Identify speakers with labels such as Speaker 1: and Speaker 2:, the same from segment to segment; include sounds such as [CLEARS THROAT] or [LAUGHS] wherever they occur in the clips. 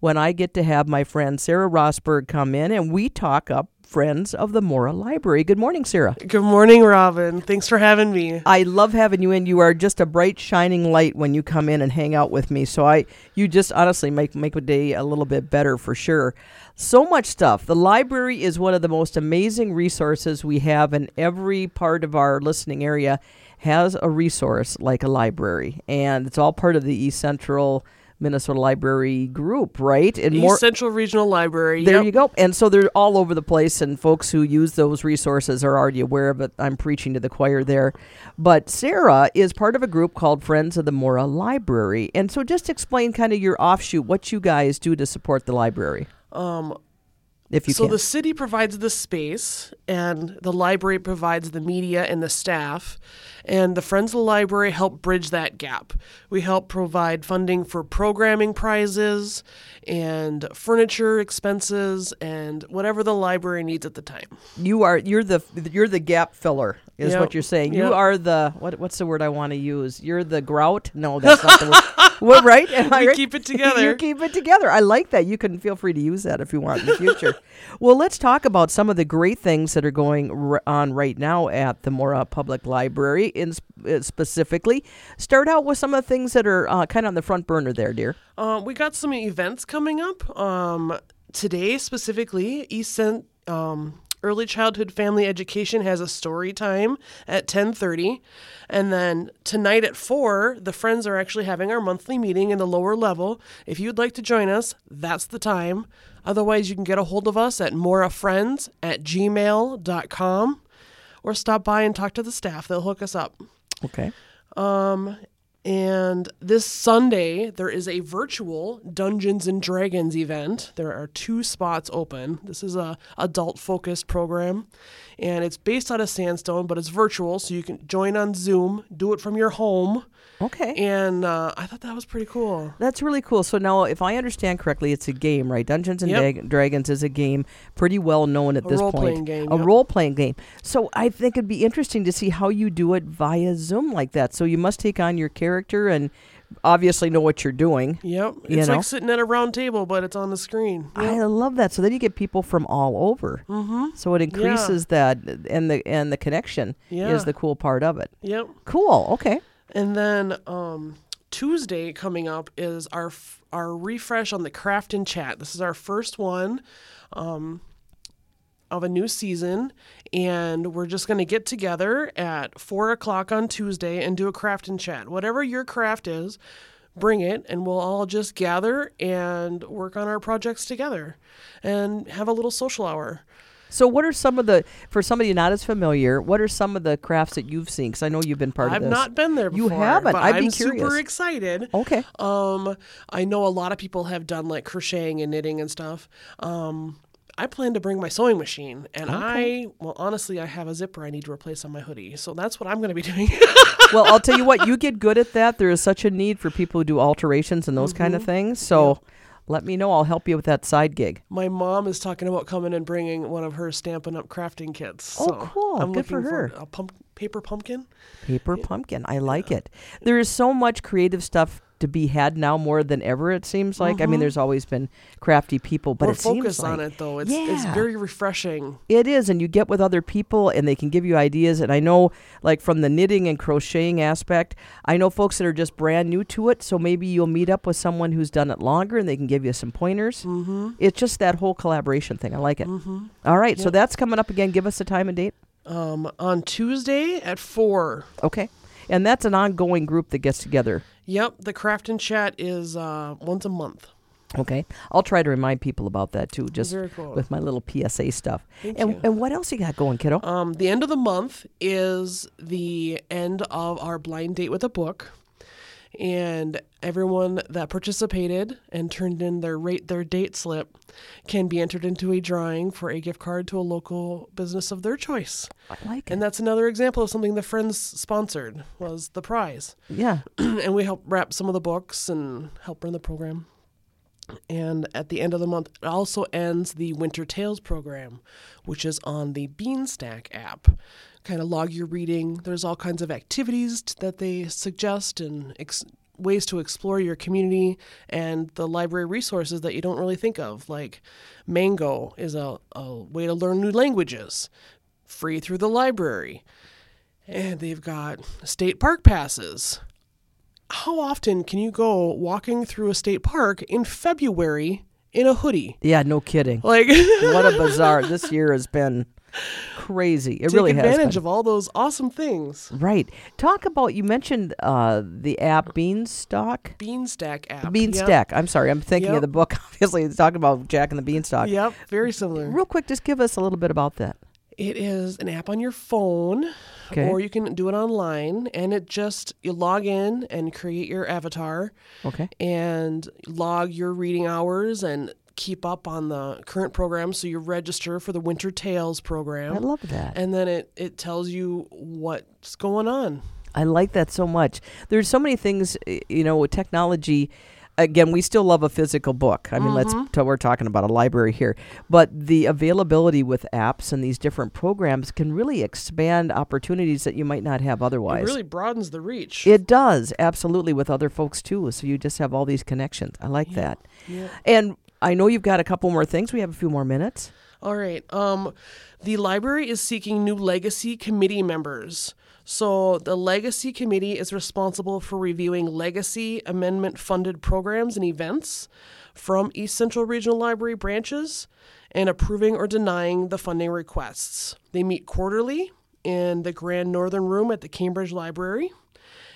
Speaker 1: when I get to have my friend Sarah Rosberg come in and we talk up Friends of the Mora Library. Good morning, Sarah.
Speaker 2: Good morning, Robin. Thanks for having me.
Speaker 1: I love having you in. You are just a bright shining light when you come in and hang out with me. So I you just honestly make make a day a little bit better for sure. So much stuff. The library is one of the most amazing resources we have in every part of our listening area has a resource like a library. And it's all part of the East Central Minnesota Library group, right? And
Speaker 2: East Central Regional Library.
Speaker 1: there
Speaker 2: Yep.
Speaker 1: you go. And so they're all over the place, and folks who use those resources are already aware of it. I'm preaching to the choir there. But Sarah is part of a group called Friends of the Mora Library. And so just explain kind of your offshoot, what you guys do to support the library. Um, if you
Speaker 2: so
Speaker 1: can.
Speaker 2: the city provides the space and the library provides the media and the staff and the friends of the library help bridge that gap we help provide funding for programming prizes and furniture expenses and whatever the library needs at the time
Speaker 1: you are you're the you're the gap filler is
Speaker 2: Yep.
Speaker 1: what you're saying. You
Speaker 2: Yep.
Speaker 1: are the what what's the word I want to use? You're the grout. No, that's not the
Speaker 2: [LAUGHS]
Speaker 1: word. What right? Am I
Speaker 2: We
Speaker 1: right?
Speaker 2: keep it together.
Speaker 1: you keep it together. I like that. You can feel free to use that if you want in the
Speaker 2: [LAUGHS]
Speaker 1: future. well, let's talk about some of the great things that are going r- on right now at the Mora Public Library. In s- uh, specifically, start out with some of the things that are uh, kind of on the front burner there, dear.
Speaker 2: Uh, we got some events coming up um, today, specifically. East Cent, um, Early Childhood Family Education has a story time at ten thirty, and then tonight at four, the friends are actually having our monthly meeting in the lower level. If you'd like to join us, that's the time. Otherwise, you can get a hold of us at morafriends at gmail.com or stop by and talk to the staff. They'll hook us up.
Speaker 1: Okay.
Speaker 2: Um, And this Sunday, there is a virtual Dungeons and Dragons event. There are two spots open. This is a adult focused program, and it's based out of Sandstone, but it's virtual, so you can join on Zoom, do it from your home.
Speaker 1: Okay.
Speaker 2: And uh, I thought that was pretty cool.
Speaker 1: That's really cool. So now, if I understand correctly, it's a game, right? Dungeons and
Speaker 2: Yep.
Speaker 1: Dag- Dragons is a game pretty well known at
Speaker 2: A
Speaker 1: this
Speaker 2: role-playing
Speaker 1: point.
Speaker 2: game,
Speaker 1: a
Speaker 2: yep.
Speaker 1: role playing game. So I think it'd be interesting to see how you do it via Zoom like that. So you must take on your character and obviously know what you're doing.
Speaker 2: Yep, it's
Speaker 1: You know?
Speaker 2: like sitting at a round table, but it's on the screen.
Speaker 1: I love that. So then you get people from all over. Mm-hmm. So it increases that and the and the connection
Speaker 2: Yeah.
Speaker 1: is the cool part of it.
Speaker 2: Yep.
Speaker 1: Cool. Okay.
Speaker 2: And then um, Tuesday coming up is our f- our refresh on the craft and chat. This is our first one um, of a new season, and we're just going to get together at four o'clock on Tuesday and do a craft and chat. Whatever your craft is, bring it, and we'll all just gather and work on our projects together, and have a little social hour.
Speaker 1: So what are some of the for somebody not as familiar? What are some of the crafts that you've seen? Because I know you've been part
Speaker 2: I've
Speaker 1: of this.
Speaker 2: not been there
Speaker 1: You
Speaker 2: before.
Speaker 1: haven't.
Speaker 2: But
Speaker 1: I'd
Speaker 2: am
Speaker 1: be curious.
Speaker 2: super excited. [LAUGHS]
Speaker 1: Okay.
Speaker 2: Um, I know a lot of people have done like crocheting and knitting and stuff. Um, I plan to bring my sewing machine, and I well, honestly, I have a zipper I need to replace on my hoodie, so that's what I'm going to be [LAUGHS] doing.
Speaker 1: well, I'll tell you what, you get good at that. There is such a need for people who do alterations and those kind
Speaker 2: Mm-hmm.
Speaker 1: of things. So let me know. I'll help you with that side gig.
Speaker 2: my mom is talking about coming and bringing one of her stampin' up crafting kits.
Speaker 1: Oh,
Speaker 2: so
Speaker 1: cool.
Speaker 2: I'm
Speaker 1: Good for
Speaker 2: looking
Speaker 1: her.
Speaker 2: a pump, paper pumpkin.
Speaker 1: Paper pumpkin. I like it. There is so much creative stuff to be had now more than ever, it seems like. I mean, there's always been crafty people, but
Speaker 2: Mm-hmm. We're
Speaker 1: it seems
Speaker 2: focused on
Speaker 1: like-
Speaker 2: it though. It's it's
Speaker 1: Yeah.
Speaker 2: very refreshing.
Speaker 1: It is, and you get with other people, and they can give you ideas. And I know, like from the knitting and crocheting aspect, I know folks that are just brand new to it. So maybe you'll meet up with someone who's done it longer, and they can give you some pointers. Mm-hmm. It's just that whole collaboration thing. I like it. Mm-hmm. right, so that's coming up again. Give us a time and date,
Speaker 2: Um, on Tuesday at four.
Speaker 1: okay? And that's an ongoing group that gets together.
Speaker 2: Yep, the craft and chat is uh, once a month.
Speaker 1: Okay, I'll try to remind people about that too, just
Speaker 2: Very cool.
Speaker 1: with my little PSA stuff.
Speaker 2: Thank
Speaker 1: and
Speaker 2: you.
Speaker 1: and what else you got going, kiddo?
Speaker 2: Um, the end of the month is the end of our blind date with a book, and everyone that participated and turned in their rate their date slip can be entered into a drawing for a gift card to a local business of their choice.
Speaker 1: I like it.
Speaker 2: And that's another example of something the friends sponsored was the prize,
Speaker 1: Yeah.
Speaker 2: [CLEARS THROAT] and we helped wrap some of the books and help run the program. And at the end of the month, it also ends the Winter Tales program, which is on the Beanstack app. Kind of log your reading. There's all kinds of activities t- that they suggest and ex- ways to explore your community and the library resources that you don't really think of. Like Mango is a, a way to learn new languages free through the library. And they've got state park passes. How often can you go walking through a state park in February in a hoodie?
Speaker 1: Yeah, no kidding.
Speaker 2: Like [LAUGHS]
Speaker 1: what a bizarre. This year has been crazy. It
Speaker 2: take
Speaker 1: really has.
Speaker 2: advantage
Speaker 1: been.
Speaker 2: of all those awesome things.
Speaker 1: Right. Talk about you mentioned uh, the app Beanstalk.
Speaker 2: Beanstack app.
Speaker 1: Beanstack. I'm sorry. I'm thinking
Speaker 2: Yep.
Speaker 1: of the book. [LAUGHS] Obviously, it's talking about Jack and the Beanstalk.
Speaker 2: Yep. yep, very similar.
Speaker 1: Real quick, just give us a little bit about that.
Speaker 2: It is an app on your phone,
Speaker 1: Okay.
Speaker 2: or you can do it online, and it just you log in and create your avatar,
Speaker 1: Okay.
Speaker 2: and log your reading hours and keep up on the current program. So you register for the Winter Tales program.
Speaker 1: I love that.
Speaker 2: and then it, it tells you what's going on.
Speaker 1: I like that so much. There's so many things, y- you know, with technology. Again, we still love a physical book. I mean,
Speaker 2: Mm-hmm.
Speaker 1: let's t- we're talking about a library here, but the availability with apps and these different programs can really expand opportunities that you might not have
Speaker 2: It
Speaker 1: otherwise.
Speaker 2: really broadens the reach.
Speaker 1: It does, absolutely, with other folks too. So you just have all these connections. I like that. And I know you've got a couple more things. We have a few more minutes.
Speaker 2: All right. Um, the library is seeking new legacy committee members. So the legacy committee is responsible for reviewing legacy amendment funded programs and events from East Central Regional Library branches and approving or denying the funding requests. They meet quarterly in the Grand Northern Room at the Cambridge Library.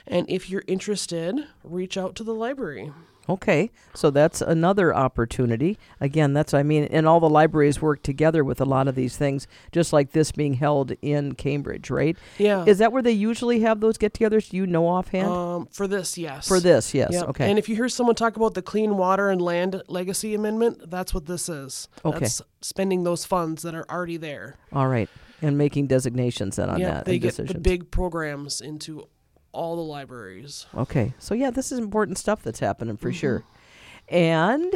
Speaker 2: And if you're interested, reach out to the library.
Speaker 1: Okay, so that's another opportunity. Again, that's I mean, and all the libraries work together with a lot of these things, just like this being held in Cambridge, right?
Speaker 2: Yeah.
Speaker 1: Is that where they usually have those get-togethers? Do you know offhand
Speaker 2: um, for this, yes.
Speaker 1: for this? Yes.
Speaker 2: Yep.
Speaker 1: Okay.
Speaker 2: And if you hear someone talk about the Clean Water and Land Legacy Amendment, that's what this is.
Speaker 1: Okay.
Speaker 2: That's spending those funds that are already there.
Speaker 1: all right. And making designations then on
Speaker 2: Yeah,
Speaker 1: that
Speaker 2: they
Speaker 1: and
Speaker 2: get
Speaker 1: decisions.
Speaker 2: the big programs into all the libraries.
Speaker 1: okay. So yeah, this is important stuff that's happening for sure. And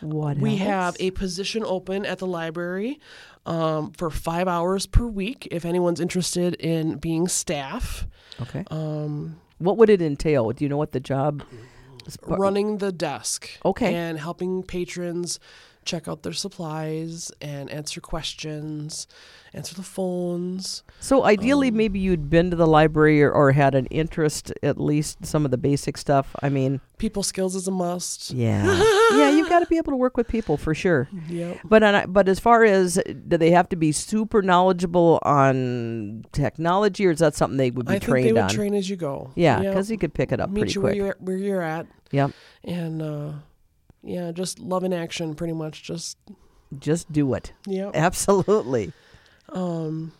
Speaker 1: what
Speaker 2: Mm-hmm. We
Speaker 1: else?
Speaker 2: have a position open at the library um, for five hours per week if anyone's interested in being staff.
Speaker 1: Okay.
Speaker 2: Um,
Speaker 1: What would it entail? Do you know what the job? is part-
Speaker 2: running the desk.
Speaker 1: Okay.
Speaker 2: And helping patrons check out their supplies and answer questions, answer the phones.
Speaker 1: So ideally,
Speaker 2: Um,
Speaker 1: maybe you'd been to the library or, or had an interest at least some of the basic stuff. I mean,
Speaker 2: People skills is a must.
Speaker 1: yeah, [LAUGHS] yeah, you've got to be able to work with people for sure.
Speaker 2: Yep.
Speaker 1: But on, a- but as far as uh, do they have to be super knowledgeable on technology, or is that something they would be
Speaker 2: I think
Speaker 1: trained
Speaker 2: they would
Speaker 1: on?
Speaker 2: train as you go.
Speaker 1: yeah,
Speaker 2: Yep.
Speaker 1: because you could pick it up pretty
Speaker 2: meet you where
Speaker 1: quick.
Speaker 2: you're, where you're at,
Speaker 1: Yep,
Speaker 2: and uh, yeah, just love and action, pretty much. Just
Speaker 1: just do it.
Speaker 2: yeah.
Speaker 1: Absolutely.
Speaker 2: Um,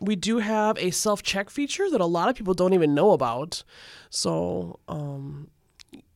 Speaker 2: we do have a self check feature that a lot of people don't even know about. So um,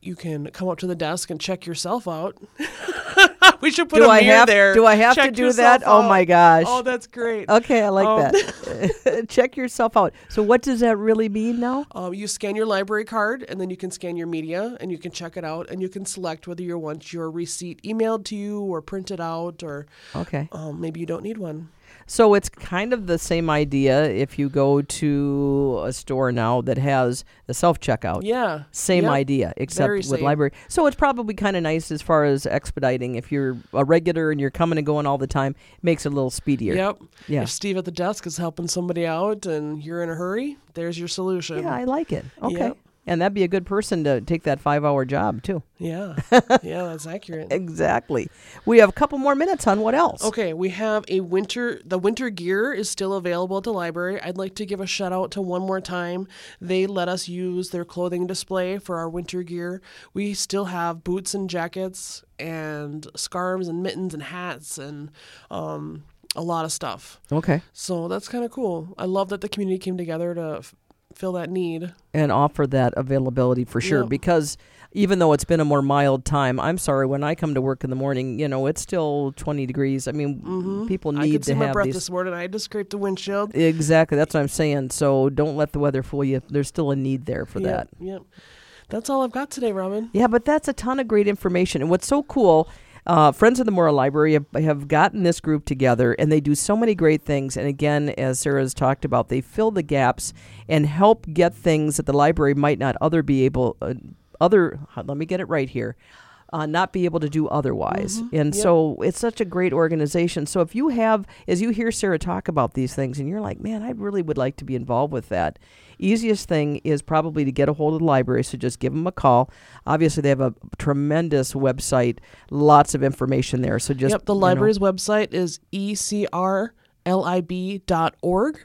Speaker 2: you can come up to the desk and check yourself out. [LAUGHS] we should put
Speaker 1: do
Speaker 2: a
Speaker 1: I
Speaker 2: mirror
Speaker 1: have
Speaker 2: there.
Speaker 1: do I have to
Speaker 2: Check
Speaker 1: do
Speaker 2: yourself
Speaker 1: that? Oh
Speaker 2: out.
Speaker 1: my gosh.
Speaker 2: Oh, that's great.
Speaker 1: Okay, I like
Speaker 2: Um,
Speaker 1: that. [LAUGHS] Check yourself out. So, what does that really mean now?
Speaker 2: Um, you scan your library card, and then you can scan your media, and you can check it out, and you can select whether you want your receipt emailed to you or printed out, or
Speaker 1: Okay.
Speaker 2: um, maybe you don't need one.
Speaker 1: So, it's kind of the same idea if you go to a store now that has the self checkout.
Speaker 2: Yeah,
Speaker 1: Same
Speaker 2: Yep.
Speaker 1: idea, except
Speaker 2: Very
Speaker 1: with
Speaker 2: same.
Speaker 1: library. So, it's probably kind of nice as far as expediting. If you're a regular and you're coming and going all the time, makes it a little speedier.
Speaker 2: Yep.
Speaker 1: Yeah.
Speaker 2: If Steve at the desk is helping somebody out, and you're in a hurry, there's your solution.
Speaker 1: Yeah, I like it. Okay.
Speaker 2: Yep.
Speaker 1: And that'd be a good person to take that five hour job, too.
Speaker 2: Yeah,
Speaker 1: [LAUGHS]
Speaker 2: yeah, that's accurate.
Speaker 1: Exactly. We have a couple more minutes on what else.
Speaker 2: Okay, we have a winter. The winter gear is still available at the library. I'd like to give a shout out to one more time. They let us use their clothing display for our winter gear. We still have boots and jackets and scarves and mittens and hats and um, a lot of stuff.
Speaker 1: Okay.
Speaker 2: So that's kind of cool. I love that the community came together to f- fill that need.
Speaker 1: and offer that availability for sure
Speaker 2: Yep.
Speaker 1: because even though it's been a more mild time i'm sorry when i come to work in the morning you know it's still 20 degrees i mean people need
Speaker 2: Mm-hmm. I could
Speaker 1: to
Speaker 2: see my
Speaker 1: have
Speaker 2: breath
Speaker 1: these
Speaker 2: this morning. I had to scrape the windshield.
Speaker 1: exactly that's what i'm saying so don't let the weather fool you there's still a need there for that
Speaker 2: Yep, yep. That's all I've got today, Robin.
Speaker 1: yeah but that's a ton of great information and what's so cool uh, Friends of the Morrow Library have, have gotten this group together and they do so many great things. And again, as Sarah's talked about, they fill the gaps and help get things that the library might not other be able, uh, other let me get it right here uh, not be able to do otherwise.
Speaker 2: Mm-hmm.
Speaker 1: And so it's such a great organization. So if you have, as you hear Sarah talk about these things and you're like, man, I really would like to be involved with that, easiest thing is probably to get a hold of the library. So just give them a call. Obviously, they have a tremendous website, lots of information there. So just
Speaker 2: Yep, the
Speaker 1: you know-
Speaker 2: library's website is E ecrlib.org,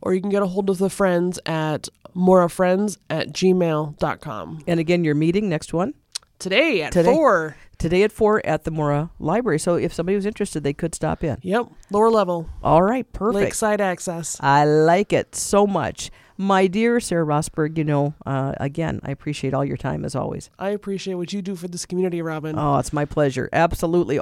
Speaker 2: or you can get a hold of the friends at morafriends at gmail.com.
Speaker 1: And again, your meeting, next one.
Speaker 2: Today at
Speaker 1: Today?
Speaker 2: 4.
Speaker 1: Today at 4 at the Mora Library. So if somebody was interested, they could stop in.
Speaker 2: Yep, lower level,
Speaker 1: All right, perfect.
Speaker 2: lakeside access.
Speaker 1: I like it so much. My dear Sarah Rosberg, you know, uh, again, I appreciate all your time as always.
Speaker 2: I appreciate what you do for this community, Robin.
Speaker 1: Oh, it's my pleasure. Absolutely.